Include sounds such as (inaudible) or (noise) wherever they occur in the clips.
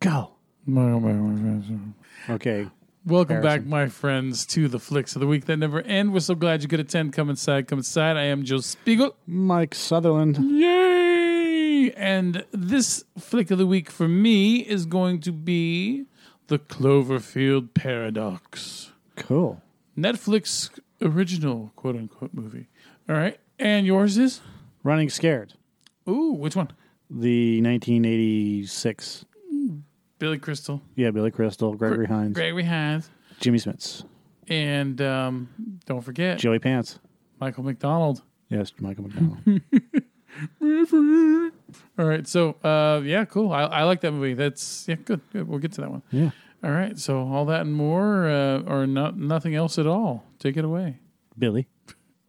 Go. Okay. Welcome back, my friends, to the flicks of the week that never end. We're so glad you could attend. Come inside, come inside. I am Joe Spiegel. Mike Sutherland. Yay! And this flick of the week for me is going to be the Cloverfield Paradox. Cool. Netflix original quote unquote movie. All right. And yours is? Running Scared. Ooh, which one? The 1986. Billy Crystal. Yeah, Billy Crystal, Gregory Hines, Gregory Hines. Jimmy Smits, And um, don't forget Joey Pants. Michael McDonald. Yes, Michael McDonald. All right. So, uh, yeah, cool. I, I like that movie. That's, yeah, good, good. We'll get to that one. yeah. All right. So, all that and more, uh, or not, nothing else at all. Take it away. Billy.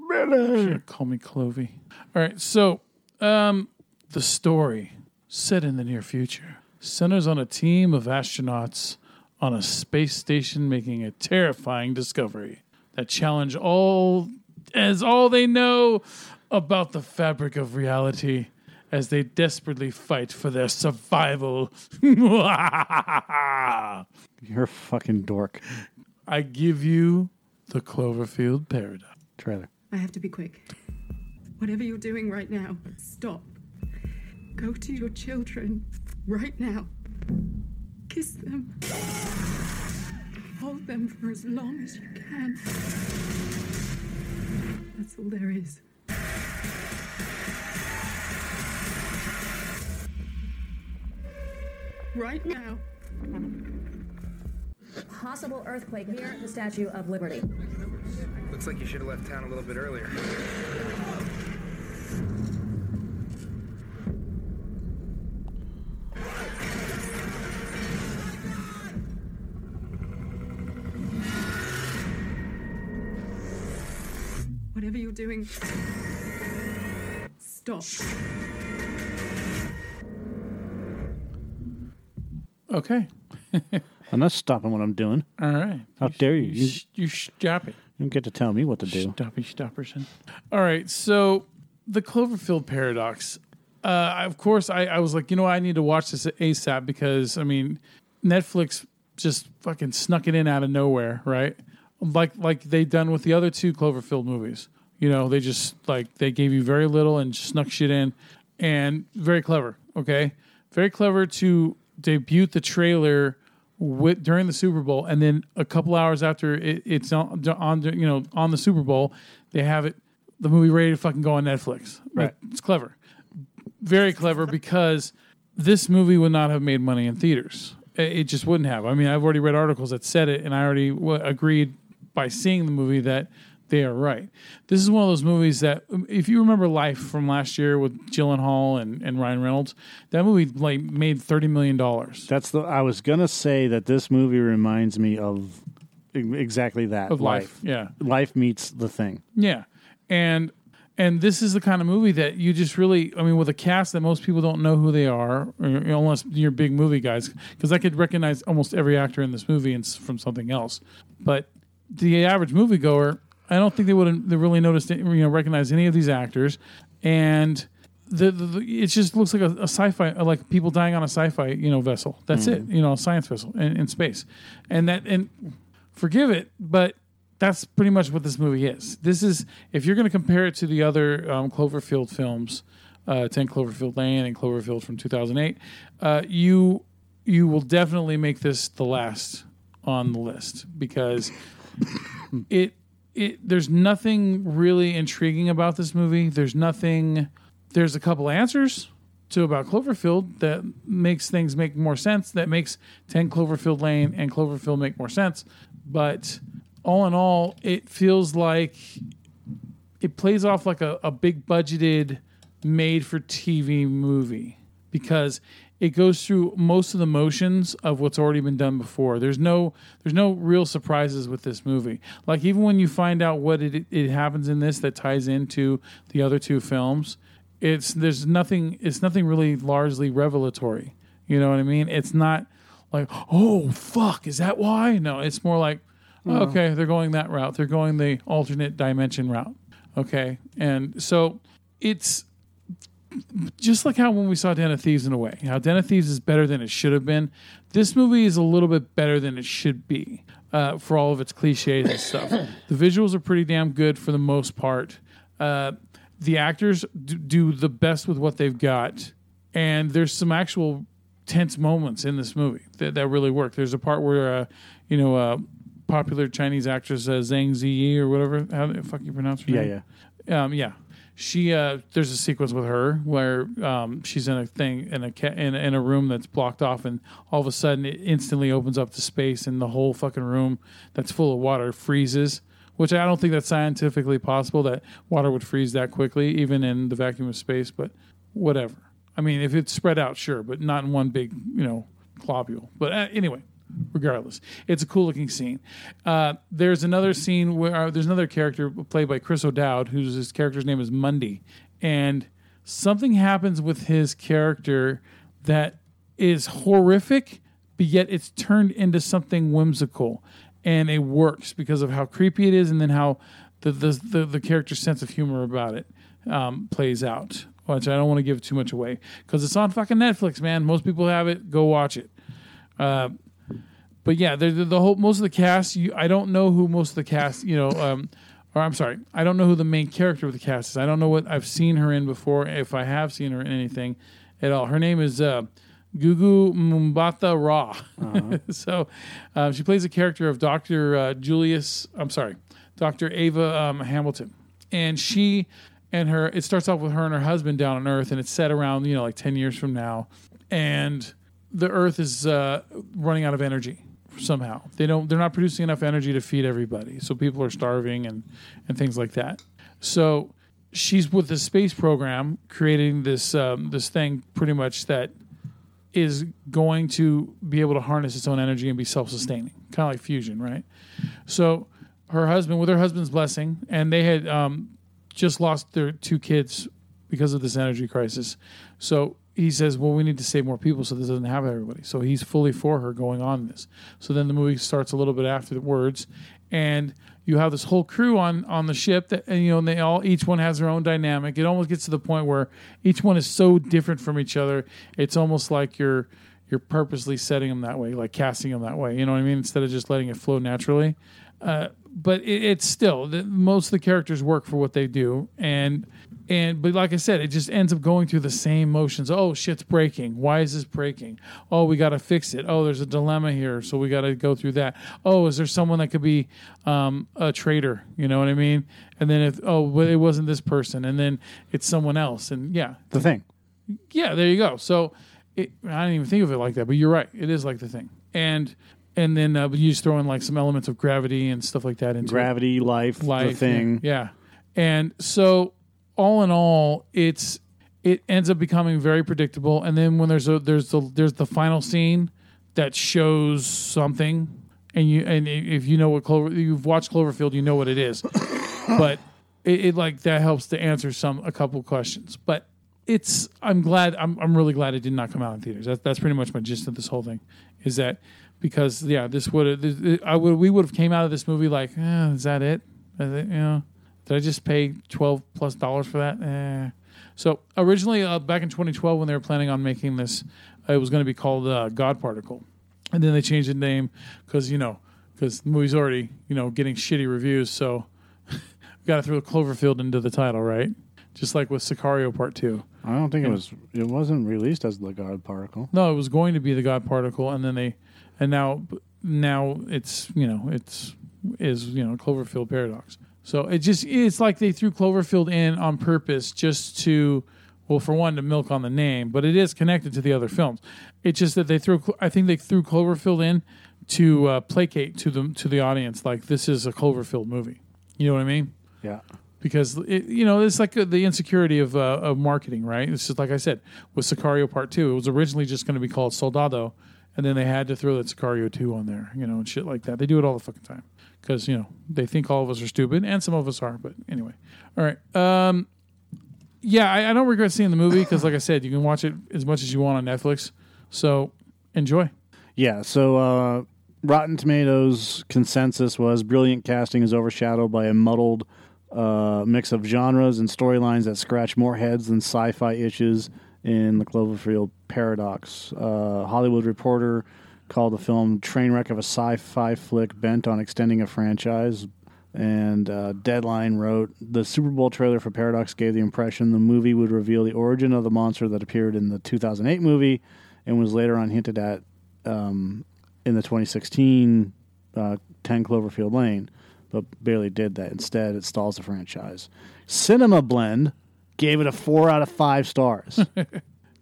Or call me Clovey. All right, so um, the story set in the near future centers on a team of astronauts on a space station making a terrifying discovery that challenge all as all they know about the fabric of reality as they desperately fight for their survival. (laughs) I You're a fucking dork. give you the Cloverfield paradox. Trailer. I have to be quick. Whatever you're doing right now, stop. Go to your children right now. Kiss them. Hold them for as long as you can. That's all there is. Right now. Possible earthquake near the Statue of Liberty. Looks like you should have left town a little bit earlier. Whatever you're doing, stop. Okay, I'm not stopping what I'm doing. all right. How dare you? You You, you stop it. don't get to tell me what to do. Stoppy Stopperson. All right, so the Cloverfield paradox. Uh, I- of course, I, I was like, you know, what? I need to watch this ASAP because I mean, Netflix just fucking snuck it in out of nowhere, right? Like like they done with the other two Cloverfield movies. You know, they just like they gave you very little and snuck shit in, and very clever. Okay, very clever to debut the trailer with, during the Super Bowl, and then a couple hours after it, it's on, on you know on the Super Bowl, they have it the movie ready to fucking go on Netflix. Right. it's clever, very clever because this movie would not have made money in theaters. It it just wouldn't have. I mean, I've already read articles that said it, and I already w- agreed by seeing the movie that they are right. This is one of those movies that, um, if you remember Life from last year with Gyllenhaal and, and Ryan Reynolds, that movie like made thirty million dollars. That's the. I was gonna say that this movie reminds me of e- exactly that Of life, yeah. Life meets the thing. Yeah, and and this is the kind of movie that you just really, I mean, with a cast that most people don't know who they are, or, you know, unless you're big movie guys, because I could recognize almost every actor in this movie and s- from something else, but the average moviegoer, I don't think they would they really noticed, it, you know, recognize any of these actors, and. The, the, the- it just looks like a, a sci-fi, like people dying on a sci-fi, you know, vessel. That's it, you know, a science vessel in, in space, and that and forgive it, but that's pretty much what this movie is. This is if you're going to compare it to the other um, Cloverfield films, uh, Ten Cloverfield Lane and Cloverfield from 2008, uh, you you will definitely make this the last on the list because it it there's nothing really intriguing about this movie. There's nothing. There's a couple answers to about Cloverfield that makes things make more sense. That makes Ten Cloverfield Lane and Cloverfield make more sense. But all in all, it feels like it plays off like a, a big budgeted made for TV movie because it goes through most of the motions of what's already been done before. There's no there's no real surprises with this movie. Like even when you find out what it it happens in this that ties into the other two films, it's there's nothing it's nothing really largely revelatory. You know what I mean? It's not like, "Oh, fuck, is that why?" No, it's more like, "Okay, they're going that route. They're going the alternate dimension route." Okay. And so it's just like how when we saw Den of Thieves in a way, how Den of Thieves is better than it should have been. This movie is a little bit better than it should be uh, for all of its cliches (coughs) and stuff. the visuals are pretty damn good for the most part. Uh, the actors d- do the best with what they've got, and there's some actual tense moments in this movie that, that really work. There's a part where, uh, you know, uh, popular Chinese actress uh, Zhang Ziyi or whatever, how the fuck you pronounce her Yeah, name? yeah. Um, yeah, she. Uh, there's a sequence with her where um, she's in a thing in a ca- in, in a room that's blocked off, and all of a sudden it instantly opens up to space, and the whole fucking room that's full of water freezes. Which I don't think that's scientifically possible that water would freeze that quickly, even in the vacuum of space. But whatever. I mean, if it's spread out, sure, but not in one big, you know, globule. But uh, anyway, regardless. It's a cool looking scene. Uh, there's another scene where uh, there's another character played by Chris O'Dowd, whose his character's name is Mundy, and something happens with his character that is horrific, but yet it's turned into something whimsical, and it works because of how creepy it is, and then how the the the, the character's sense of humor about it um, plays out. Which I don't want to give too much away because it's on fucking Netflix, man. Most people have it. Go watch it but yeah, the, the, the whole most of the cast. You, I don't know who most of the cast. You know, um, or I'm sorry, I don't know who the main character of the cast is. I don't know what I've seen her in before, if I have seen her in anything at all. Her name is uh, Gugu Mbatha Raw. (laughs) so uh, she plays a character of Doctor uh, Julius. I'm sorry, Doctor Ava um, Hamilton, and she and her. It starts off with her and her husband down on Earth, and it's set around you know like ten years from now, and the earth is uh, running out of energy somehow they don't they're not producing enough energy to feed everybody so people are starving and and things like that so she's with the space program creating this um, this thing pretty much that is going to be able to harness its own energy and be self-sustaining kind of like fusion right so her husband with her husband's blessing and they had um, just lost their two kids because of this energy crisis. So he says, "Well, we need to save more people so this doesn't happen to everybody." So he's fully for her going on this. So then the movie starts a little bit afterwards, and you have this whole crew on on the ship that and you know and they all each one has their own dynamic. It almost gets to the point where each one is so different from each other. It's almost like you're you're purposely setting them that way, like casting them that way. You know what I mean? Instead of just letting it flow naturally but it, it's still the, most of the characters work for what they do and and but like i said it just ends up going through the same motions oh shit's breaking why is this breaking oh we gotta fix it oh there's a dilemma here so we gotta go through that oh is there someone that could be um, a traitor you know what i mean and then if oh but it wasn't this person and then it's someone else and yeah The thing. yeah, there you go. So it, I didn't even think of it like that, but you're right. It is like the thing, and and then uh, but you just throw in like some elements of gravity and stuff like that into it. Gravity, life, the Life, thing. Yeah, and so all in all, it's it ends up becoming very predictable. And then when there's a there's the there's the final scene that shows something, and you and i- if you know what Clover you've watched Cloverfield, you know what it is. (laughs) but it, it like that helps to answer some a couple questions. But it's I'm glad I'm I'm really glad it did not come out in theaters. That's that's pretty much my gist of this whole thing, is that because yeah this would I would we would have came out of this movie like eh, is that it? Is it you know did I just pay twelve plus dollars for that? Eh. So originally uh, back in 2012 when they were planning on making this, it was going to be called uh, God Particle and then they changed the name because you know because the movie's already you know getting shitty reviews so we got to throw cloverfield into the title right just like with sicario part two I don't think it was. It wasn't released as the God Particle. no it was going to be the god particle and then they and now now it's you know it's is you know cloverfield paradox so it just it's like they threw cloverfield in on purpose just to well for one to milk on the name but it is connected to the other films it's just that they threw i think they threw cloverfield in to uh, placate to the to the audience like this is a cloverfield movie you know what i mean Yeah. because it, you know it's like uh, the insecurity of uh, of marketing, right? It's just like I said with Sicario Part Two. It was originally just going to be called Soldado, and then they had to throw that Sicario Two on there, you know, and shit like that. They do it all the fucking time because you know they think all of us are stupid, and some of us are. But anyway, all right. Um, yeah, I, I don't regret seeing the movie because, like I said, you can watch it as much as you want on Netflix. So enjoy. Yeah. So uh, Rotten Tomatoes consensus was brilliant casting is overshadowed by a muddled uh, mix of genres and storylines that scratch more heads than sci-fi itches in the Cloverfield paradox. Uh, Hollywood Reporter called the film train wreck of a sci-fi flick bent on extending a franchise. And uh, Deadline wrote the Super Bowl trailer for Paradox gave the impression the movie would reveal the origin of the monster that appeared in the 2008 movie and was later on hinted at um, in the 2016 uh, 10 Cloverfield Lane, but barely did that. Instead, it stalls the franchise. Cinema Blend gave it a four out of five (laughs) stars.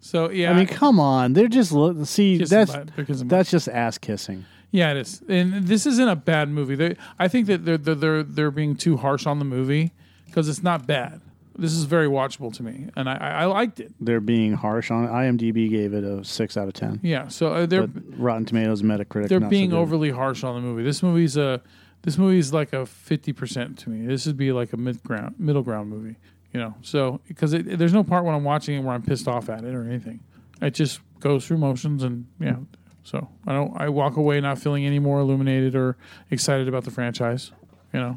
So yeah, I mean, come on, they're just look, see Kiss that's butt because of- that's just ass kissing. yeah, it is. And this isn't a bad movie. They, I think that they're they're they're, they're being too harsh on the movie because it's not bad. This is very watchable to me, and I, I, I liked it. They're being harsh on it. IMDb gave it a six out of ten. Yeah, so uh, they're But Rotten Tomatoes, Metacritic, they're not so being good. overly harsh on the movie. This movie's a this movie's like a fifty percent to me. This would be like a mid ground middle ground movie, you know. So because it, there's no part when I'm watching it where I'm pissed off at it or anything. It just goes through motions and yeah. So I don't I walk away not feeling any more illuminated or excited about the franchise, you know.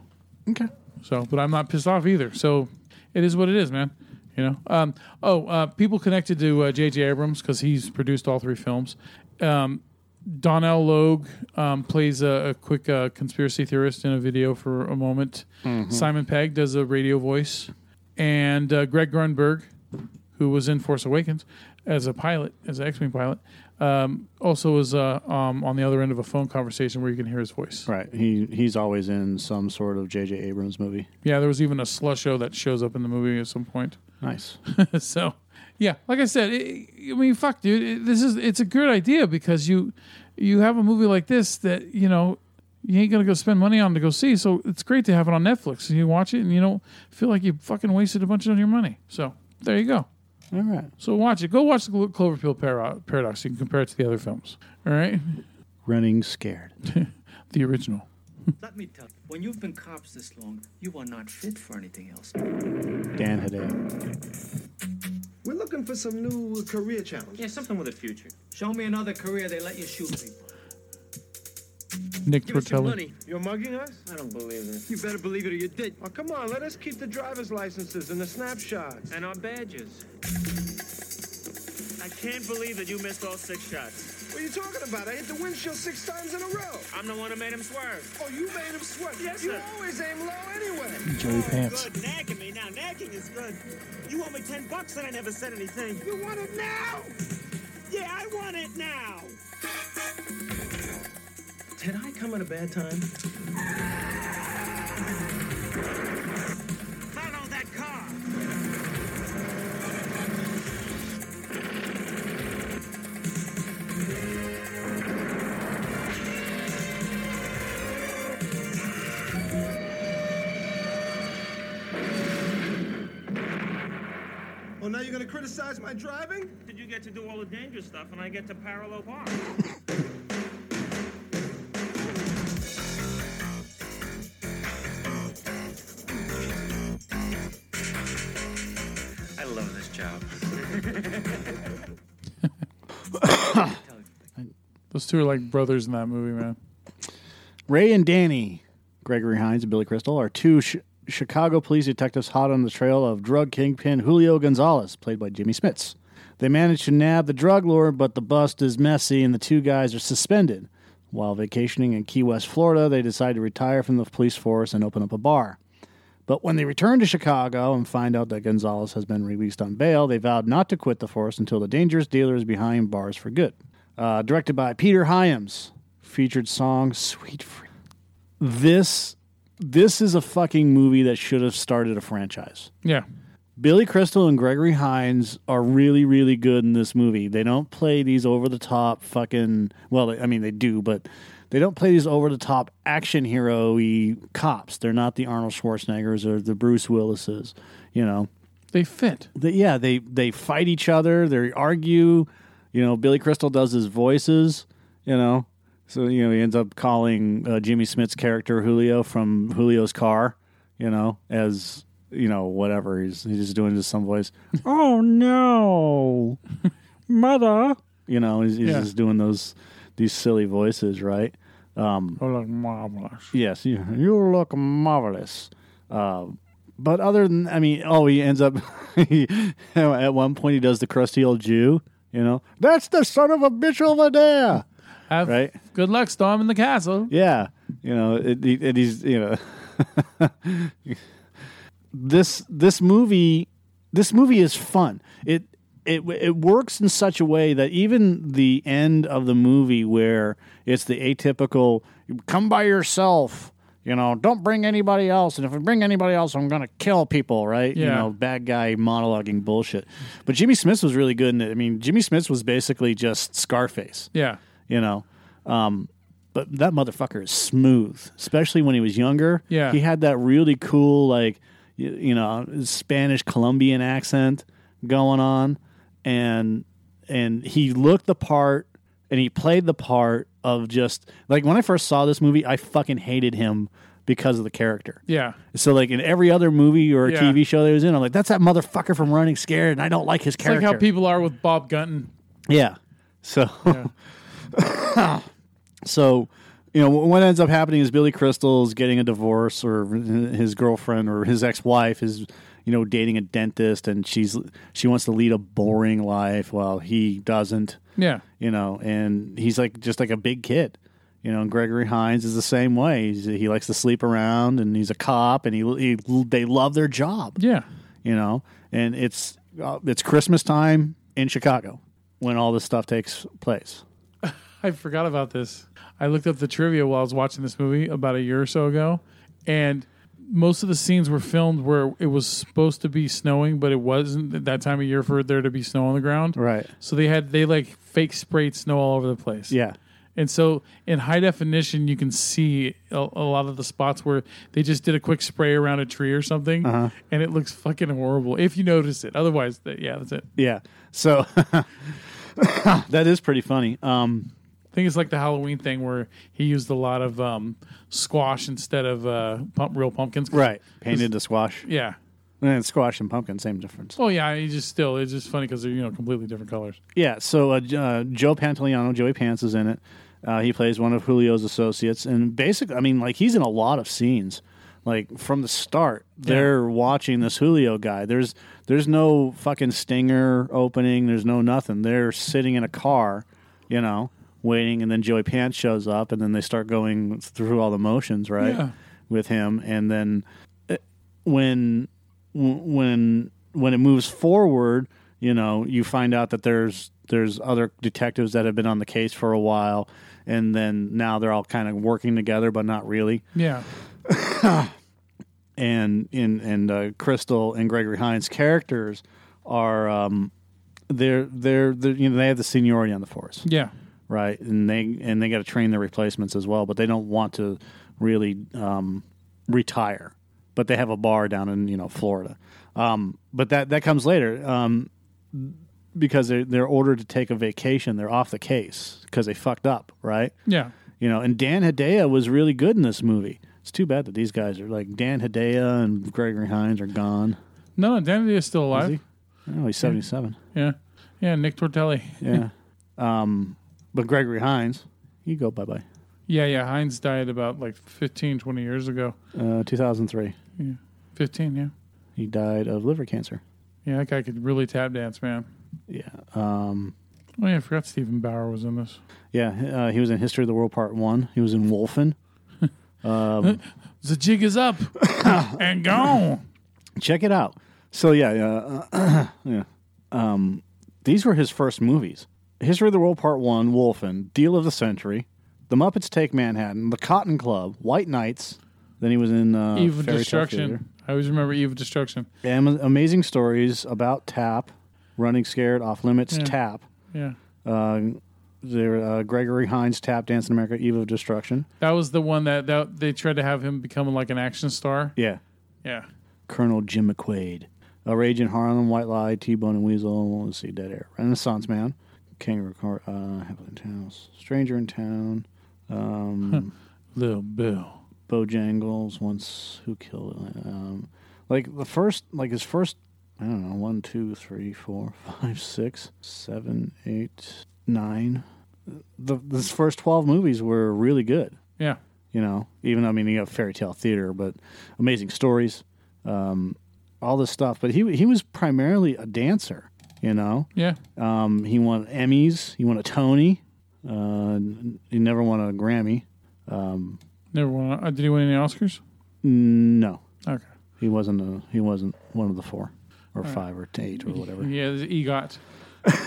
Okay, So, but I'm not pissed off either. So, it is what it is, man. You know. Um, oh, uh, people connected to uh, J.J. Abrams because he's produced all three films. Um, Donnell Logue um, plays a, a quick uh, conspiracy theorist in a video for a moment. Simon Pegg does a radio voice, and uh, Greg Grunberg, who was in Force Awakens as a pilot, as an X-wing pilot, um, also is uh, um, on the other end of a phone conversation where you can hear his voice. right. He he's always in some sort of J.J. Abrams movie. Yeah, there was even a slush show that shows up in the movie at some point. (laughs) Nice. so yeah like i said it, i mean fuck dude it, this is it's a good idea because you you have a movie like this that you know you ain't gonna go spend money on to go see so it's great to have it on netflix and you watch it and you don't feel like you fucking wasted a bunch of your money so there you go All right. so watch it go watch the Clo- cloverfield Para- paradox you can compare it to the other films all right Running scared. the original Let me tell you, when you've been cops this long, you are not fit for anything else. Dan Hiday. We're looking for some new career challenge. Yeah, something with a future. Show me another career they let you shoot people. nick Give us your tortelli money. You're mugging us? I don't believe this. You better believe it or you did. Oh, come on, let us keep the driver's licenses and the snapshots. And our badges. I can't believe that you missed all six shots. What are you talking about? I hit the windshield six times in a row. I'm the one who made him swerve. Oh, you made him sweat. Yes, you sir. always aim low anyway. Joey Pants. Good nagging me now. Nagging is good. You owe me ten bucks and I never said anything. You want it now? Yeah, I want it now. Did I come at a bad time? Follow that car. Oh, now you're gonna criticize my driving? Did you get to do all the dangerous stuff and I get to parallel park? I love this job. those two are like brothers in that movie man Ray and Danny, Gregory Hines and Billy Crystal, are two sh- Chicago police detectives hot on the trail of drug kingpin Julio Gonzalez, played by Jimmy Smits. They manage to nab the drug lord, but the bust is messy and the two guys are suspended. While vacationing in Key West, Florida, they decide to retire from the police force and open up a bar. But when they return to Chicago and find out that Gonzalez has been released on bail, they vowed not to quit the force until the dangerous dealer is behind bars for good. Uh, directed by Peter Hyams, featured song "Sweet." Free. This this is a fucking movie that should have started a franchise. yeah Billy Crystal and Gregory Hines are really, really good in this movie. They don't play these over the top fucking. Well, I mean, they do, but they don't play these over the top action hero y cops. They're not the Arnold Schwarzeneggers or the Bruce Willises, you know they fit they, yeah, they they fight each other. They argue. You know, Billy Crystal does his voices. You know, so you know he ends up calling uh, Jimmy Smith's character Julio from Julio's car. You know, as you know, whatever he's he's just doing just some voice. (laughs) oh (laughs) no, mother. You know, he's, he's Yeah. just doing those these silly voices, right? oh like marvelous Yes, you, you look marvelous. Uh, But other than, I mean, oh, he ends up, (laughs) he, at one point, he does the crusty old Jew, you know, that's the son of a bitch over there. Have Right. good luck storming the castle. Yeah, you know, it, he- and he's you know, (laughs) this this movie this movie is fun. It it it works in such a way that even the end of the movie where it's the atypical come by yourself. You know, don't bring anybody else, and if I bring anybody else, I'm gonna kill people, right? You Yeah. know, bad guy monologuing bullshit. But Jimmy Smith was really good in it. I mean, Jimmy Smith was basically just Scarface Yeah. you know. Um, but that motherfucker is smooth, especially when he was younger. Yeah. he had that really cool, like you, you know, Spanish Colombian accent going on, and and he looked the part, and he played the part of just like when I first saw this movie, I fucking hated him because of the character. Yeah. So like in every other movie or Yeah. TV show that he was in, I'm like, that's that motherfucker from Running Scared, and I don't like his It's like character. how people are with Bob Gunton. Yeah. So, (laughs) so you know what ends up happening is Billy Crystal's getting a divorce, or his girlfriend, or his ex-wife is you know dating a dentist, and she's she wants to lead a boring life while he doesn't. Yeah. You know, and he's like just like a big kid. You know, and Gregory Hines is the same way. He's, he likes to sleep around, and he's a cop, and he, he they love their job Yeah. you know and it's uh, it's christmas time in chicago when all this stuff takes place I forgot about this. I looked up the trivia while I was watching this movie about a year or so ago, and most of the scenes were filmed where it was supposed to be snowing, but it wasn't at that time of year for there to be snow on the ground. Right. So they had they like fake sprayed snow all over the place. yeah And so in high definition, you can see a, a lot of the spots where they just did a quick spray around a tree or something, Uh-huh. and it looks fucking horrible if you notice it. Otherwise, th- yeah, that's it. yeah so (laughs) that is pretty funny um I think it's like the Halloween thing where he used a lot of um, squash instead of uh, pump, real pumpkins. painted to squash Yeah. and squash and pumpkin same difference Oh yeah. He just still it's just funny because they're you know completely different colors. yeah so uh, J- uh, joe pantoliano joey pants is in it uh, he plays one of julio's associates and basically i mean like he's in a lot of scenes like from the start they're watching this julio guy there's there's no fucking stinger opening there's no nothing they're sitting in a car you know waiting and then joey pants shows up and then they start going through all the motions right Yeah. with him and then uh, when when when it moves forward you know you find out that there's there's other detectives that have been on the case for a while and then now they're all kind of working together but not really Yeah. and and and uh, Crystal and Gregory Hines characters are um, they're, they're they're you know they have the seniority on the force, Yeah. right? And they and they got to train their replacements as well, but they don't want to really um, retire. But they have a bar down in you know Florida. Um, but that that comes later um, because they're they're ordered to take a vacation. They're off the case because they fucked up, right? Yeah. You know, and Dan Hedaya was really good in this movie. It's too bad that these guys are like Dan Hedaya and Gregory Hines are gone. No, no, Danny is still alive. he? Oh, he's seventy seven. Yeah. Yeah. Nick Tortelli. Yeah. um, but Gregory Hines, you go bye bye. Yeah. Yeah. Heinz died about like 15, 20 years ago. Uh, two thousand three. 15. Yeah. He died of liver cancer. Yeah. That guy could really tap dance, man. Yeah. Um, Oh yeah. I forgot Stephen Bauer was in this. yeah. Uh, he was in History of the World Part One. He was in Wolfen. The jig (coughs) is up and gone. Check it out. So yeah, uh, (clears throat) yeah. Um, these were his first movies: History of the World Part One, Wolfen, Deal of the Century, The Muppets Take Manhattan, The Cotton Club, White Knights. Then he was in uh, Eve of Fairy Tale Theater. Destruction. I always remember Eve of Destruction. Am- amazing stories about Tap, Running Scared, Off Limits, Yeah. Tap. Yeah. Uh, there, uh, Gregory Hines, Tap Dance in America, Eve of Destruction. That was the one that, that they tried to have him become like an action star. Yeah, Yeah. Colonel Jim McQuaid, A Rage in Harlem, White Lie, T Bone and Weasel, let's see, Dead Air, Renaissance Man, Kangaroo Court, uh, Happening in Town, Stranger in Town, um, Little Bill. Bojangles, Once Who Killed Um, like the first, like his first, I don't know, one, two, three, four, (laughs) five, six, seven, eight, nine. The, his first 12 movies were really good Yeah. you know even i mean you have fairy tale theater but amazing stories um, all this stuff. But he he was primarily a dancer, you know. Yeah. Um, he won Emmys. He won a Tony. Uh, n- he never won a Grammy. Never won. Uh, did he win any Oscars? No, Okay. he wasn't. A, he wasn't one of the four, or five, or eight, or (laughs) whatever. Yeah, the EGOT.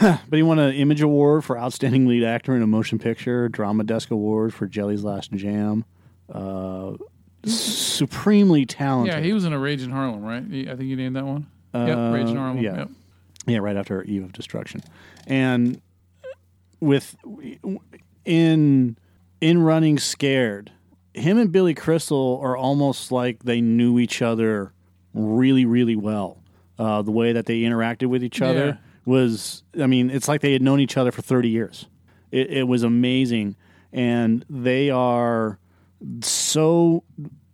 But he won an Image Award for Outstanding Lead Actor in a Motion Picture, Drama Desk Award for Jelly's Last Jam. (laughs) Uh, supremely talented. Yeah, he was in a Rage in Harlem, right? He- I think you named that one. yep, Rage in Harlem. Uh, yeah. Yep. Yeah, right after Eve of Destruction, and with in in Running Scared, him and Billy Crystal are almost like they knew each other really, really well. Uh, the way that they interacted with each other Yeah. was, I mean, it's like they had known each other for thirty years. It, it was amazing, and they are so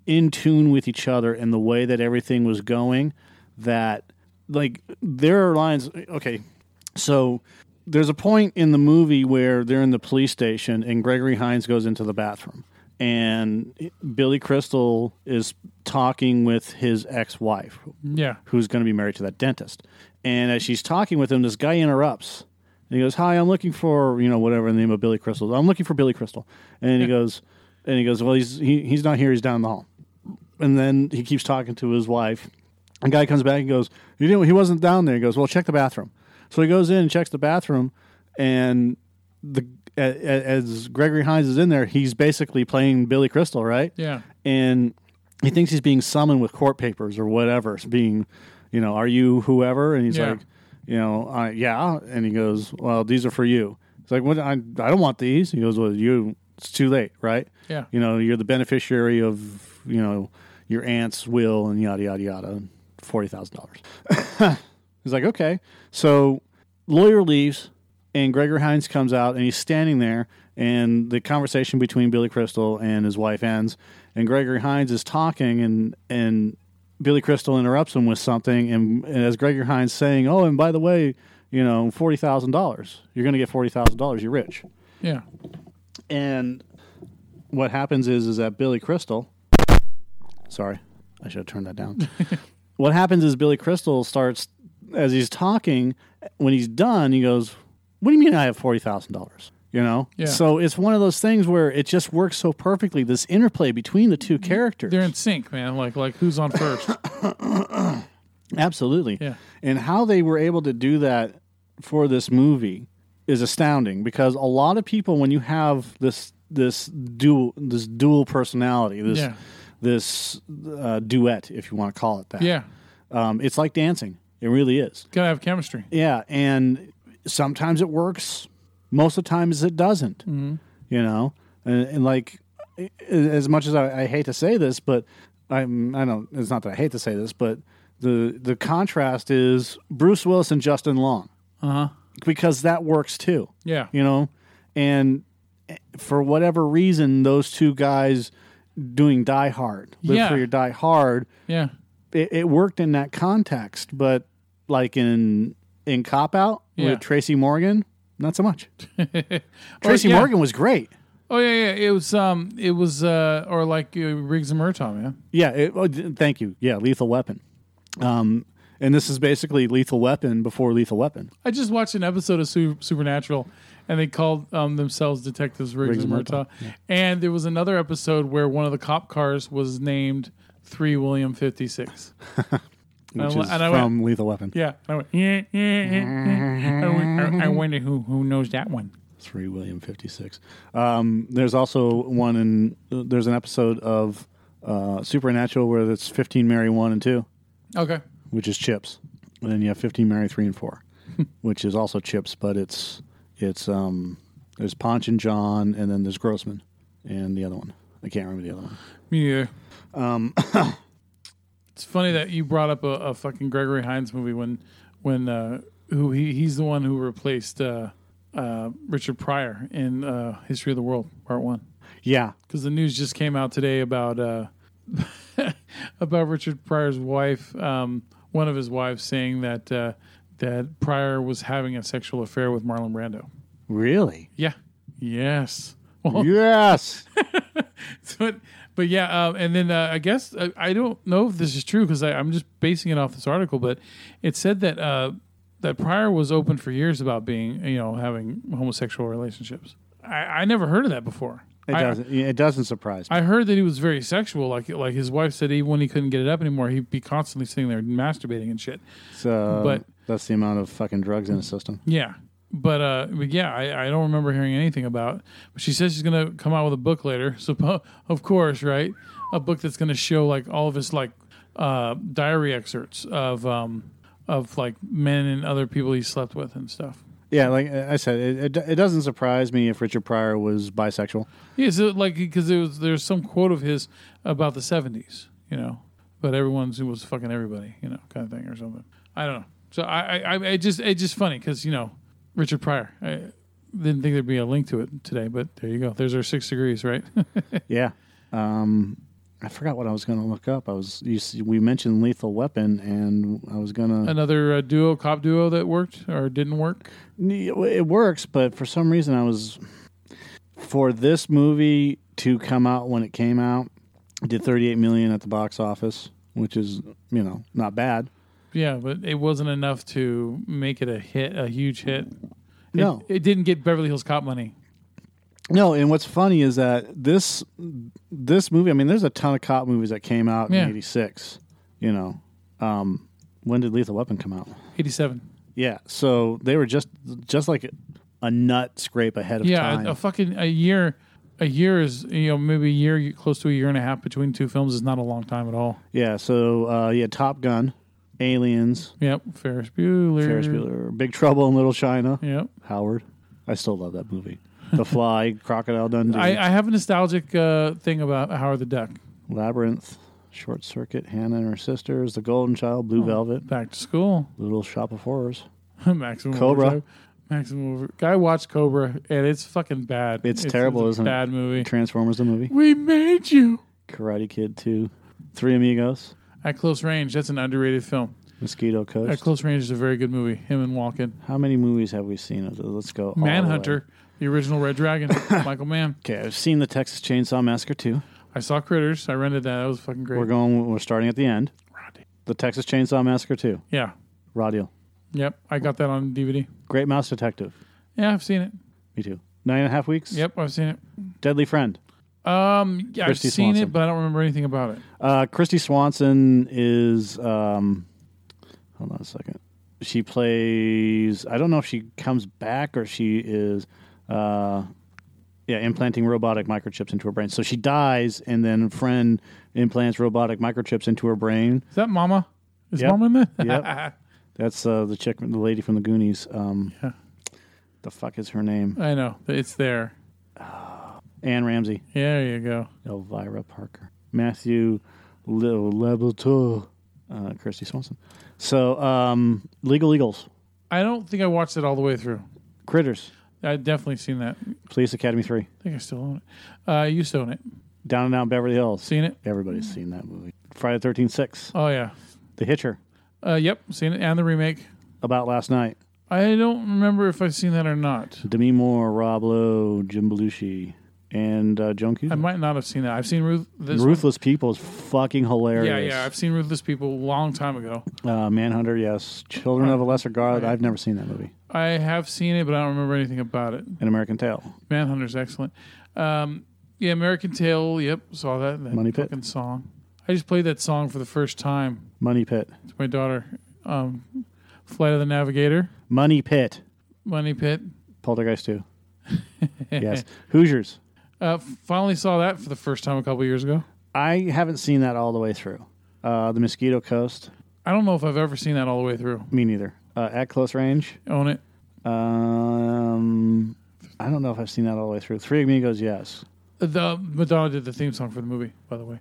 in tune with each other and the way that everything was going that like there are lines okay so there's a point in the movie where they're in the police station and Gregory Hines goes into the bathroom and Billy Crystal is talking with his ex-wife Yeah. who's going to be married to that dentist. And as she's talking with him, this guy interrupts. And he goes, "Hi, I'm looking for you know whatever the name of Billy Crystal. is. I'm looking for Billy Crystal." And he goes, and he goes, "Well, he's he, he's not here. He's down the hall." And then he keeps talking to his wife. And guy comes back and goes, "You didn't. He wasn't down there." He goes, "Well, check the bathroom." So he goes in and checks the bathroom, and the a- a- as Gregory Hines is in there, he's basically playing Billy Crystal, right? Yeah. and he thinks he's being summoned with court papers or whatever. It's being, you know, are you whoever? And he's Yeah. like, you know, I, yeah. And he goes, well, these are for you. He's like, what? I, I don't want these. He goes, well, you. It's too late, right? Yeah. You know, you're the beneficiary of you know your aunt's will and yada yada yada, forty thousand dollars. He's like, okay. So lawyer leaves, and Gregor Hines comes out, and he's standing there, and the conversation between Billy Crystal and his wife ends, and Gregory Hines is talking, and and Billy Crystal interrupts him with something, and, and as Gregory Hines saying, oh, and by the way, you know, forty thousand dollars, you're going to get forty thousand dollars, you're rich, Yeah. and what happens is is that Billy Crystal, sorry, I should have turned that (laughs) down. what happens is Billy Crystal starts as he's talking. When he's done, he goes, "What do you mean I have forty thousand dollars?" You know. Yeah. So it's one of those things where it just works so perfectly. This interplay between the two characters. Mm-hmm. They're in sync, man. Like, like who's (laughs) on first? Absolutely. Yeah. And how they were able to do that for this movie is astounding because a lot of people when you have this this dual this dual personality, this Yeah. this uh, duet if you want to call it that. yeah. Um, it's like dancing. It really is. Gotta have chemistry. Yeah, and sometimes it works. Most of the times it doesn't. Mm-hmm. You know, and, and like a- as much as I, I hate to say this, but I'm I don't. It's not that I hate to say this, but the the contrast is Bruce Willis and Justin Long. Uh Because that works too. Uh-huh. Yeah. You know, and eh, for whatever reason, those two guys doing Die Hard, Live Yeah. for Your Die Hard, Yeah. it, it worked in that context, but like in in Cop Out Yeah. with Tracy Morgan, not so (laughs) much. Tracy yeah. Morgan was great. Oh yeah, yeah. It was um, it was uh, or like uh, Riggs and Murtaugh, man. Yeah, it, oh, th- thank you. Yeah, Lethal Weapon. Um, and this is basically Lethal Weapon before Lethal Weapon. I just watched an episode of Su- Supernatural, and they called um, themselves detectives Riggs, and Murtaugh. And there was another episode where one of the cop cars was named Three William Fifty Six. Which I- is and I went- from Lethal Weapon. Yeah, And I went. Yeah, yeah, yeah, yeah. I went- I- I wonder who who knows that one. Three William fifty six. Um, there's also one in there's an episode of uh, Supernatural where it's fifteen Mary one and two. Okay. which is chips. And then you have 15 Mary 3 and (laughs) 4, which is also chips, but it's it's um there's Ponch and John and then there's Grossman and the other one. I can't remember the other one. Me neither. Um, (coughs) it's funny that you brought up a, a fucking Gregory Hines movie when, when uh, who he he's the one who replaced uh, uh, Richard Pryor in uh, History of the World Part One Yeah. because the news just came out today about uh, (laughs) about Richard Pryor's wife, um, one of his wives, saying that uh, that Pryor was having a sexual affair with Marlon Brando. Really? (laughs) Yeah. Yes. Well, yes. so it, but yeah, um, and then uh, I guess uh, I don't know if this is true because I'm just basing it off this article, but it said that uh, that Pryor was open for years about being, you know, having homosexual relationships. I, I never heard of that before. It (laughs) I- doesn't. It doesn't surprise me. I heard that he was very sexual. Like like his wife said, even when he couldn't get it up anymore, he'd be constantly sitting there masturbating and shit. so but- that's the amount of fucking drugs in the system. Yeah. But uh, but yeah, I, I don't remember hearing anything about. But she says she's gonna come out with a book later. So (laughs) po- of course, right, a book that's gonna show like all of his like uh, diary excerpts of um, of like men and other people he slept with and stuff. Yeah, like I said, it, it, it doesn't surprise me if Richard Pryor was bisexual. Yeah, so like because there was there's some quote of his about the seventies, you know, but everyone's who was fucking everybody, you know, kind of thing or something. I don't know. So I I, I it just it's just funny because you know Richard Pryor. I didn't think there'd be a link to it today, but there you go. There's our six degrees, right? (laughs) Yeah. Um, I forgot what I was going to look up. I was you, s- we mentioned Lethal Weapon, and I was gonna. Another uh, duo, cop duo that worked or didn't work. It works, but for some reason, I was for this movie to come out when it came out. it Did 38 million at the box office, which is you know not bad. Yeah, but it wasn't enough to make it a hit, a huge hit. It- No. it didn't get Beverly Hills Cop money. No, and what's funny is that this this movie. I mean, there's a ton of cop movies that came out Yeah. in '86. You know, um, when did Lethal Weapon come out? Eighty-seven. Yeah, so they were just just like a nut scrape ahead of yeah, time. a, a fucking a year, a year is you know maybe a year close to a year and a half between two films is not a long time at all. yeah, so uh, yeah, Top Gun, Aliens, Yep, Ferris Bueller. Ferris Mm. Bueller, Big Trouble in Little China, Yep. Howard. I still love that movie. The (laughs) Fly, Crocodile Dundee, I, I have a nostalgic uh, thing about Howard the Duck. Labyrinth, Short Circuit, Hannah and Her Sisters, The Golden Child, Oh. Blue Velvet, Back to school. (laughs) Little Shop of Horrors. Maximum Cobra. Overdrive. Maximum over. Guy watched Cobra and it's fucking bad. It's terrible, a isn't it? bad movie. Transformers the movie, We made you Karate Kid 2, Three Amigos, at close range. That's an underrated film. Mosquito At Coast. close range is a very good movie. Him and Walken. How many movies have we seen of those? Let's go. all the way. Manhunter, the original (coughs) Red Dragon. Michael Mann. Okay, I've seen the Texas Chainsaw Massacre 2. I saw Critters. I rented that. That was fucking great. We're going. We're starting at the end. Roddy. The Texas Chainsaw Massacre 2. Yeah. Raw deal. Yep. I got that on DVD. Great Mouse Detective. Yeah, I've seen it. Me too. Nine and a half weeks. Yep, I've seen it. Deadly Friend. Um, yeah, I've Christy seen Swanson. it, but I don't remember anything about it. Uh, Christy Swanson is. Um, hold on a second. She plays. I don't know if she comes back or she is. Uh, yeah, implanting robotic microchips into her brain. So she dies, and then friend implants robotic microchips into her brain. Is that Mama? Is Yep. Mama in that? Yep. That's uh, the chick, the lady from the Goonies. Um, Yeah. The fuck is her name? (laughs) I know. It's there. Anne Ramsey. There you go. Elvira Parker, Matthew Lil Labato, uh, Christy Swanson. So, um, Legal Eagles, I don't think I watched it all the way through. Critters, I definitely seen that. I Police Academy 3, think I still own it. Uh, you still own it. Down and Out in Beverly Hills. Seen it? Everybody's seen that movie. Friday 13 6, Oh yeah. The Hitcher, Uh, yep, seen it and the remake. About Last Night, I don't remember if I've seen that or not. Demi Moore, Rob Lowe, Jim Belushi, and uh, Joan Cusack. I might not have seen that. I've seen Ruth. This one. Ruthless People is fucking Yeah, hilarious. yeah. I've seen Ruthless People a long time ago. Uh, Manhunter, yes. Children of a Lesser God, I've never seen that movie. I have seen it, but I don't remember anything about it. An American Tale. Manhunter's excellent. Um, yeah, American Tail. Yep, saw that. that Money Pit. fucking song. I just played that song for the first time Money Pit. to my daughter. Um, Flight of the Navigator, Money Pit. Money Pit. (laughs) Poltergeist 2. yes. Hoosiers. Uh, finally saw that for the first time a couple years ago. I haven't seen that all the way through. Uh, the Mosquito Coast. I don't know if I've ever seen that all the way through. Me neither. Uh, at close range. Own it. Um, I don't know if I've seen that all the way through. Three Amigos, yes. The Madonna did the theme song for the movie, by the way.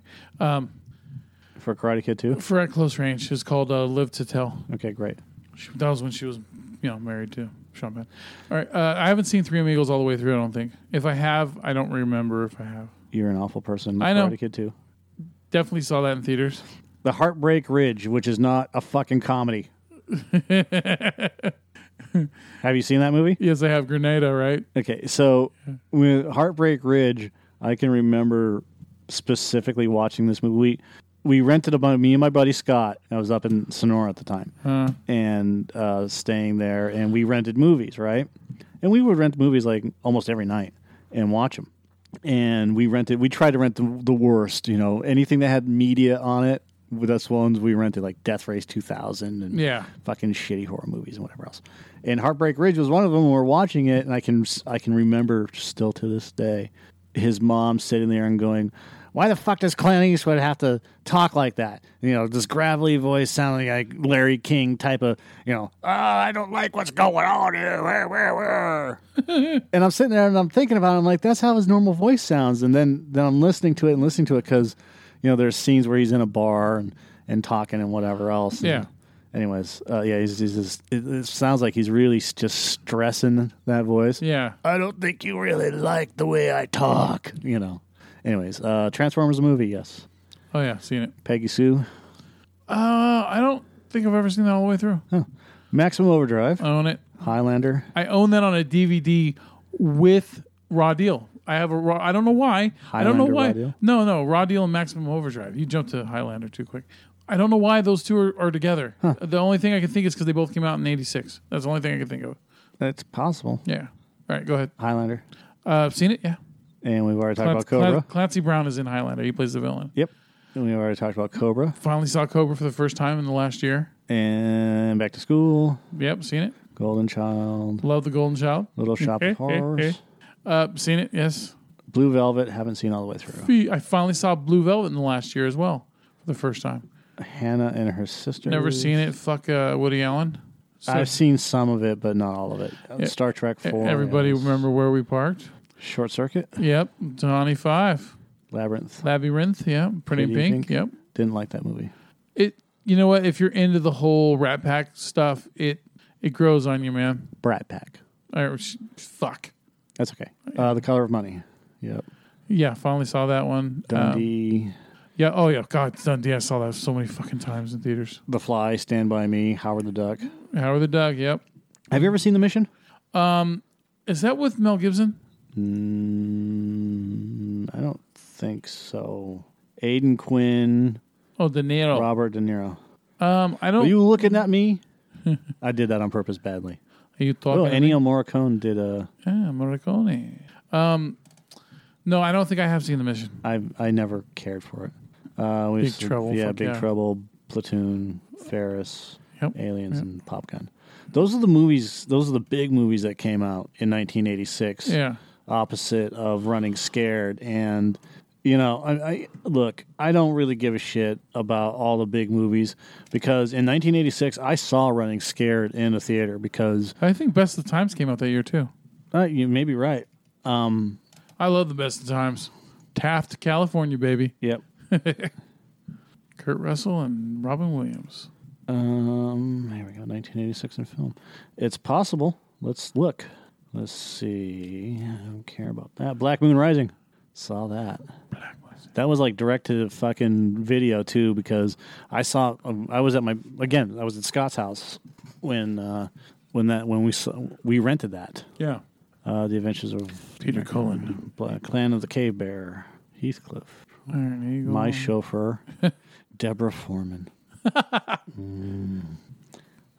For Karate Kid 2. For at close range, it's called uh, "Live to Tell." Okay, great. She, that was when she was, you know, married to Sean Penn. All right, uh, I haven't seen Three Amigos all the way through. I don't think. If I have, I don't remember if I have. You're an awful person. I know. Karate Kid 2. Definitely saw that in theaters. The Heartbreak Ridge, which is not a fucking (laughs) comedy. Have you seen that movie? Yes, I have Grenada, right? Okay, so with Heartbreak Ridge, I can remember specifically watching this movie. We we rented a bu- me and my buddy Scott. I was up in Sonora at the time, and uh, staying there, and we rented movies, right? And we would rent movies like almost every night and watch them. And we rented. We tried to rent the, the worst, you know, anything that had media on it. That's ones we rented, like Death Race 2000 and Yeah. fucking shitty horror movies and whatever else. And Heartbreak Ridge was one of them. We were watching it, and I can I can remember still to this day his mom sitting there and going, "Why the fuck does Clint Eastwood have to talk like that? You know, this gravelly voice sounding like Larry King type of you know, oh, I don't like what's going on here." Where, where, where? and I'm sitting there and I'm thinking about it. I'm like, that's how his normal voice sounds. And then then I'm listening to it and listening to it because, you know, there's scenes where he's in a bar and, and talking and whatever else. And Yeah. Anyways, uh, yeah, he's, he's just, it, it sounds like he's really s- just stressing that voice. Yeah. I don't think you really like the way I talk. You know. Anyways, uh, Transformers movie, yes. Oh yeah, seen it. Peggy Sue, Uh, I don't think I've ever seen that all the way through. Maximum Overdrive, I own it. Highlander. I own that on a DVD with Raw Deal. I have a raw. I don't know why. I don't know Highlander, why. Raw Deal? No, no. Raw Deal and Maximum Overdrive. You jumped to Highlander too quick. I don't know why those two are, are together. The only thing I can think is because they both came out in '86. That's the only thing I can think of. That's possible. Yeah. All right, go ahead. Highlander, Uh, seen it? Yeah. and we've already talked Clancy, about Cobra. Clan- Clancy Brown is in Highlander. He plays the villain. Yep. And we already talked about Cobra Finally saw Cobra for the first time in the last year. and Back to School, Yep, seen it. Golden Child, Love the Golden Eh, Child. Little Shop of Horrors, Uh, seen it? Yes. Blue Velvet. Haven't seen all the way (laughs) through. Fee- I finally saw Blue Velvet in the last year as well for the first time. Hannah and her sister. Never seen it. Fuck uh, Woody Allen. So e, I've seen some of it, but not all of it. Uh, Star Trek Four. everybody yes. remember where we parked? Short Circuit, Yep. Donnie Five. Labyrinth. Labyrinth. Yeah. Pretty, Pretty Pink. Pink. Yep. Didn't like that movie. It. You know what? If you're into the whole Rat Pack stuff, it it grows on you, man. Brat Pack. I, sh- fuck. That's okay. Uh, the Color of Money. Yep. Yeah, finally saw that one. Um, Dundee, yeah. Oh yeah. God, Dundee. I saw that so many fucking times in theaters. The Fly, Stand by Me, Howard the Duck. Howard the Duck. Yep. Have you ever seen The Mission? Is that with Mel Gibson? Mm, I don't think so. Aidan Quinn, Oh, De Niro. Robert De Niro. Um, I Are don't. you looking at (laughs) me? I did that on purpose badly. are you talking? Oh, to me? Ennio Morricone did a. Yeah, Morricone. Um, no, I don't think I have seen the mission. I I never cared for it. Uh, we Big s- Trouble, Yeah, fuck Big yeah. Trouble, Platoon, Ferris, Yep, Aliens, and Pop Gun. Those are the movies. Those are the big movies that came out in 1986. Yeah, opposite of running scared and you know I, I look i don't really give a shit about all the big movies because in 1986 i saw running scared in a theater because I think Best of Times came out that year too. uh, you may be right I love the Best of Times. Taft, California, baby. yep Kurt Russell and Robin Williams. um here we go 1986 in film it's possible let's look let's see i don't care about that black moon rising saw that That was like direct to fucking video too, because I saw um, I was at my again I was at Scott's house when uh, when that when we saw, we rented that Yeah, uh, the Adventures of Peter Cullen, Black Clan of the Cave Bear, Heathcliff, Iron Eagle. my chauffeur, Deborah Foreman, Mm.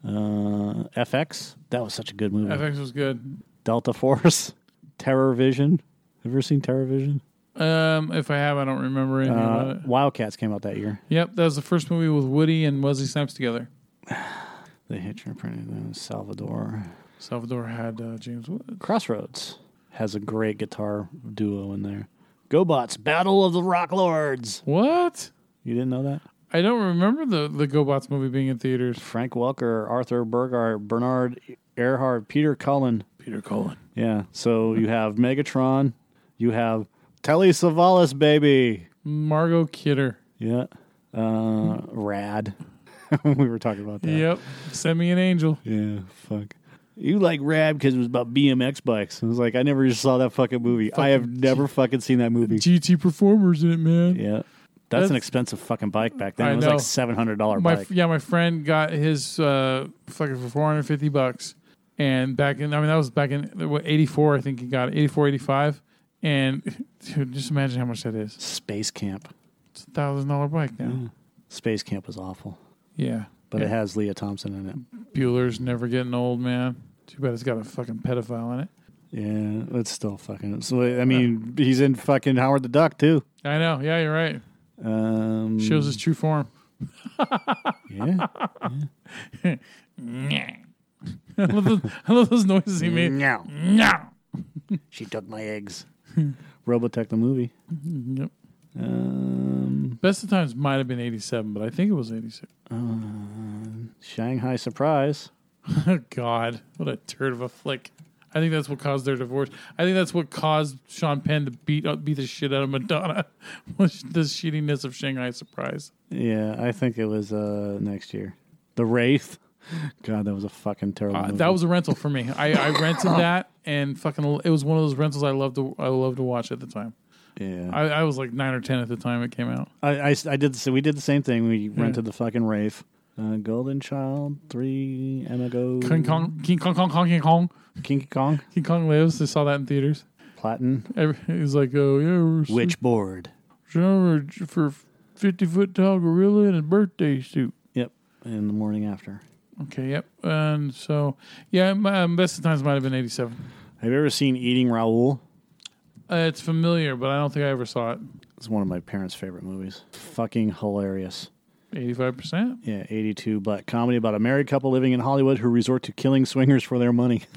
uh, FX. That was such a good movie. FX was good. Delta Force, Terror Vision. Have you ever seen Terror Vision? Um, if I have, I don't remember anything about Uh, it. Wildcats came out that year. Yep, that was the first movie with Woody and Wesley Snipes together. The Hitcher printed in Salvador. Salvador had uh, James Woods. Crossroads has a great guitar duo in there. GoBots, Battle of the Rock Lords. What? You didn't know that? I don't remember the the GoBots movie being in theaters. Frank Welker, Arthur Burghardt, Bernard Erhard, Peter Cullen. Peter Cullen. Yeah. So you have Megatron. You have Telly Savalas, baby. Margot Kidder. Yeah. Uh, rad. (laughs) we were talking about that. Yep. Send me an angel. Yeah. Fuck. You like Rad because it was about BMX bikes. I was like, I never just saw that fucking movie. I have never fucking seen that movie. GT performers in it, man. Yeah. That's, That's- an expensive fucking bike back then. I it was know. like seven hundred dollar My bike. yeah, my friend got his uh fucking for 450 bucks. And back in I mean that was back in what, 84 I think he got it, 84 85 And (laughs) dude, just imagine how much that is. Space Camp. It's a thousand dollar bike now. Space Camp was awful, Yeah. but it Yeah. has Leah Thompson in it. Bueller's never getting old, man. Too bad it's got a fucking pedophile in it. Yeah, it's still fucking. So I mean, he's in fucking Howard the Duck too. I know. Yeah, you're right. Um, Shows his true form. (laughs) yeah. I love those, I love those noises he made. Meow. Nyah. She took my eggs. (laughs) Robotech the movie. Mm-hmm. Yep. Um, Best of times might have been 87, but I think it was 86. Shanghai Surprise. (laughs) Oh, God. What a turd of a flick. I think that's what caused their divorce. I think that's what caused Sean Penn to beat up, beat the shit out of Madonna (laughs) was the shittiness of Shanghai Surprise. Yeah, I think it was uh, next year. The Wraith. (laughs) God, that was a fucking terrible. Uh, movie. that was a rental for me. I, I (laughs) rented that and fucking it was one of those rentals I loved to I loved to watch at the time. yeah. I, I was like nine or ten at the time it came out. I, I, I did the, sa- we did the same thing. We rented the fucking Wraith, uh, Golden Child, Three Amigo, King Kong, King Kong, Kong, Kong, King Kong, King Kong, King Kong lives. I saw that in theaters. Platin, Every, it was like, oh yeah, we're Witchboard. Genre for fifty foot tall gorilla in a birthday suit. Yep, and the morning after. Okay, yep. And so, yeah, my, um, best of times might have been eighty-seven. Have you ever seen Eating Raoul? Uh, it's familiar, but I don't think I ever saw it. It's one of my parents' favorite movies. Fucking hilarious. Eighty-five percent. Yeah, 82, but comedy about a married couple living in Hollywood who resort to killing swingers for their money. (laughs)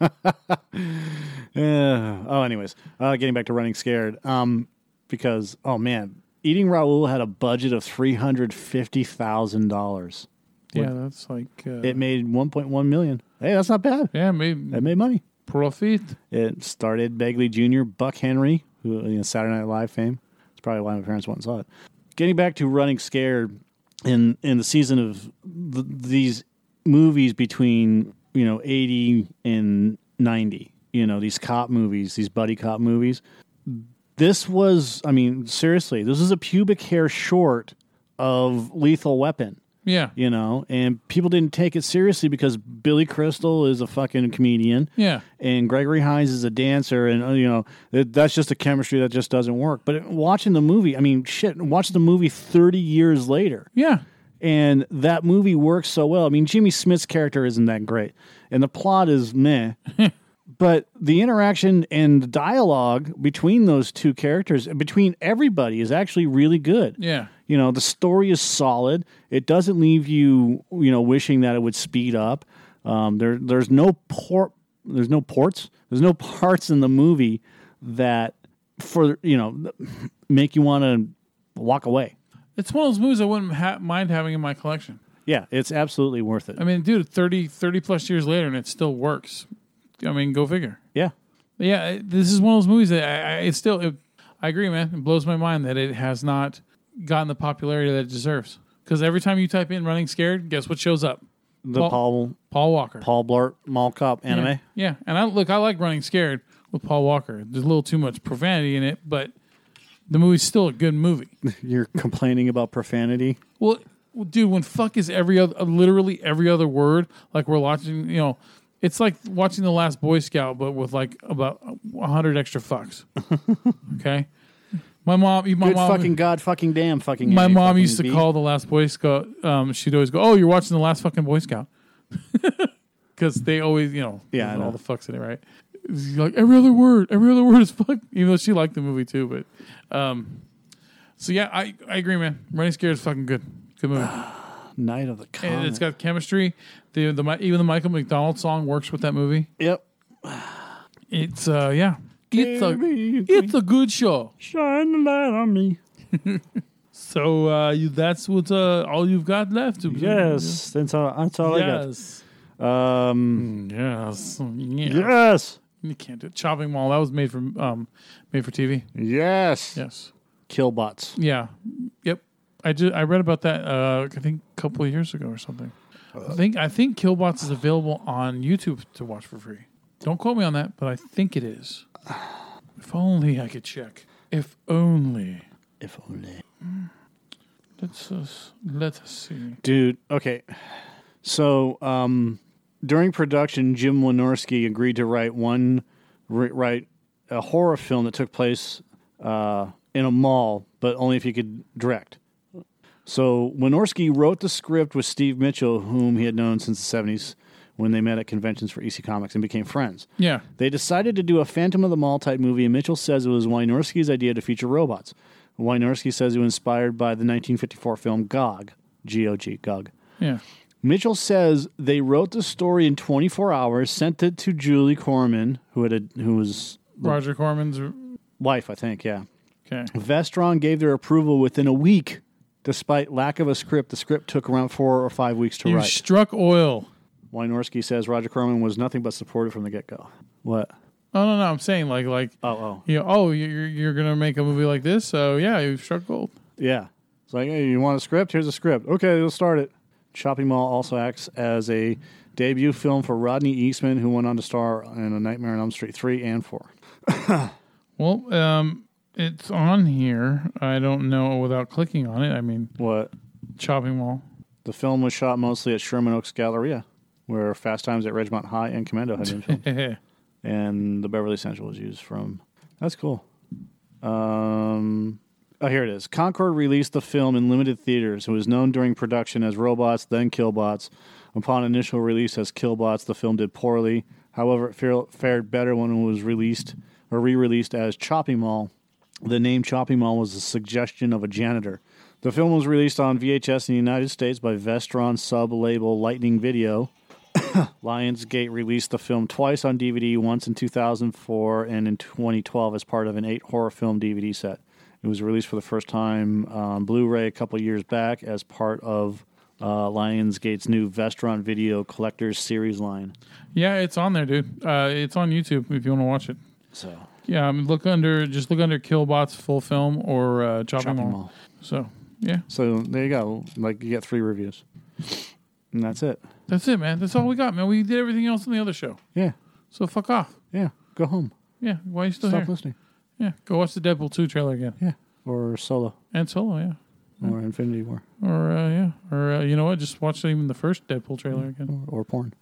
Yeah. oh, anyways, uh, getting back to Running Scared. Um, because, oh man, Eating Raoul had a budget of $350,000. Yeah, that's like. Uh, It made 1.1 million. Hey, that's not bad. yeah, maybe That made money. profit. It started Begley Jr., Buck Henry, who you know, Saturday Night Live fame. That's probably why my parents went and saw it. Getting back to Running Scared, in in the season of th- these movies between you know eighty and ninety, you know these cop movies, these buddy cop movies. This was, I mean, seriously, this is a pubic hair short of Lethal Weapon Yeah, you know, and people didn't take it seriously because Billy Crystal is a fucking comedian. Yeah. And Gregory Hines is a dancer, and, uh, you know, that that's just a chemistry that just doesn't work. But watching the movie, I mean, shit, watch the movie 30 years later. yeah. And that movie works so well. I mean, Jimmy Smith's character isn't that great, and the plot is (laughs) meh. but the interaction and the dialogue between those two characters, between everybody, is actually really good. Yeah. You know, the story is solid. It doesn't leave you, you know, wishing that it would speed up. Um, there, there's no port, there's no ports, there's no (laughs) parts in the movie that for you know (laughs) make you want to walk away. It's one of those movies I wouldn't ha- mind having in my collection. Yeah, it's absolutely worth it. I mean, dude, 30, 30 plus years later and it still works. I mean, go figure. yeah, Yeah, it- this is one of those movies that I, I it still, it, I agree, man. It blows my mind that it has not gotten the popularity that it deserves. Because every time you type in "running scared," guess what shows up? the Paul- Paul Paul Walker. Paul Blart Mall Cop anime. Yeah, yeah. and I look, I like "Running Scared" with Paul Walker. There's a little too much profanity in it, but the movie's still a good movie. You're complaining about profanity. Well, well, dude, when fuck is every other, uh, literally every other word, like we're watching, you know, it's like watching The Last Boy Scout, but with like about a 100 (laughs) extra fucks. okay. My mom, my Good mom, fucking god, fucking damn, fucking. my A, mom fucking used to B. call The Last Boy Scout, um, she'd always go, Oh, you're watching The Last fucking Boy Scout. (laughs) Because they always, you know, Yeah, I all know. the fucks in it, right? She's like every other word, every other word is fuck. Even though she liked the movie too, but um, so yeah, I, I agree, man. Running Scared is fucking good, (sighs) good movie. (laughs) Night of the And Comet. it's got chemistry. The, the Mi- even the Michael McDonald song works with that movie. yep. It's uh yeah, it's a Baby, it's a good show. Shine the light on me. So uh, you that's what uh, all you've got left to Yes, that's all. That's all yes, I got. Um, yes, yeah. yes, You can't do it. Chopping Mall that was made for um made for TV. yes. Yes, Killbots. yeah, yep. I just I read about that uh I think a couple of years ago or something. I think I think Killbots is available on YouTube to watch for free. Don't quote me on that, but I think it is. (sighs) If only I could check. If only. If only, Let's uh, let us see. dude. Okay, so um, during production, Jim Wynorski agreed to write one, ri- write a horror film that took place uh, in a mall, but only if he could direct. So Wynorski wrote the script with Steve Mitchell, whom he had known since the 70s when they met at conventions for EC Comics and became friends. Yeah. They decided to do a Phantom of the Mall type movie, and Mitchell says it was Wynorski's idea to feature robots. Wynorski says he was inspired by the 1954 film Gog, G O G, Gog. Yeah. Mitchell says they wrote the story in 24 hours, sent it to Julie Corman, who had a, who was Roger Corman's. wife, I think, yeah. Okay. Vestron gave their approval within a week, despite lack of a script. The script took around four or five weeks to You write. struck oil. Wynorski says Roger Corman was nothing but supportive from the get go. What? Oh no, no, I'm saying like like Oh, oh, you know, oh you- you're you're gonna make a movie like this, so yeah, you struck gold. yeah. It's like, hey, you want a script? Here's a script. Okay, we'll start it. Chopping Mall also acts as a debut film for Rodney Eastman, who went on to star in A Nightmare on Elm Street 3 and 4. Well, um, it's on here. I don't know without clicking on it. I mean, What? chopping wall. (laughs) The film was shot mostly at Sherman Oaks Galleria, where Fast Times at Ridgemont High and Commando had been filmed. That's and the Beverly Central was used from. That's cool. Um, oh, here it is. Concord released the film in limited theaters. It was known during production as Robots, then Killbots. Upon initial release as Killbots, the film did poorly. However, it fare- fared better when it was released or re-released as Chopping Mall. The name Chopping Mall was a suggestion of a janitor. The film was released on VHS in the United States by Vestron sub-label Lightning Video. Lionsgate released the film twice on DVD, once in 2004 and in 2012 as part of an eight horror film DVD set. It was released for the first time on Blu ray a couple years back as part of uh, Lionsgate's new Vestron Video Collectors series line. yeah, it's on there, dude. Uh, it's on YouTube if you want to watch it. So, Yeah, I mean, look under just look under Killbots full film or uh, chopping, Chopping wall. Mall. So yeah, so there you go. Like, you get three reviews. And that's it. that's it, man. That's all we got, man. We did everything else on the other show. Yeah. So fuck off. Yeah. Go home. Yeah, why are you still Stop here? listening. Yeah, go watch the Deadpool two trailer again Yeah. Or Solo. and Solo. Yeah. Or Infinity War. Mm. Or uh, yeah, or uh, you know what? Just watch even the first Deadpool trailer again. Or porn.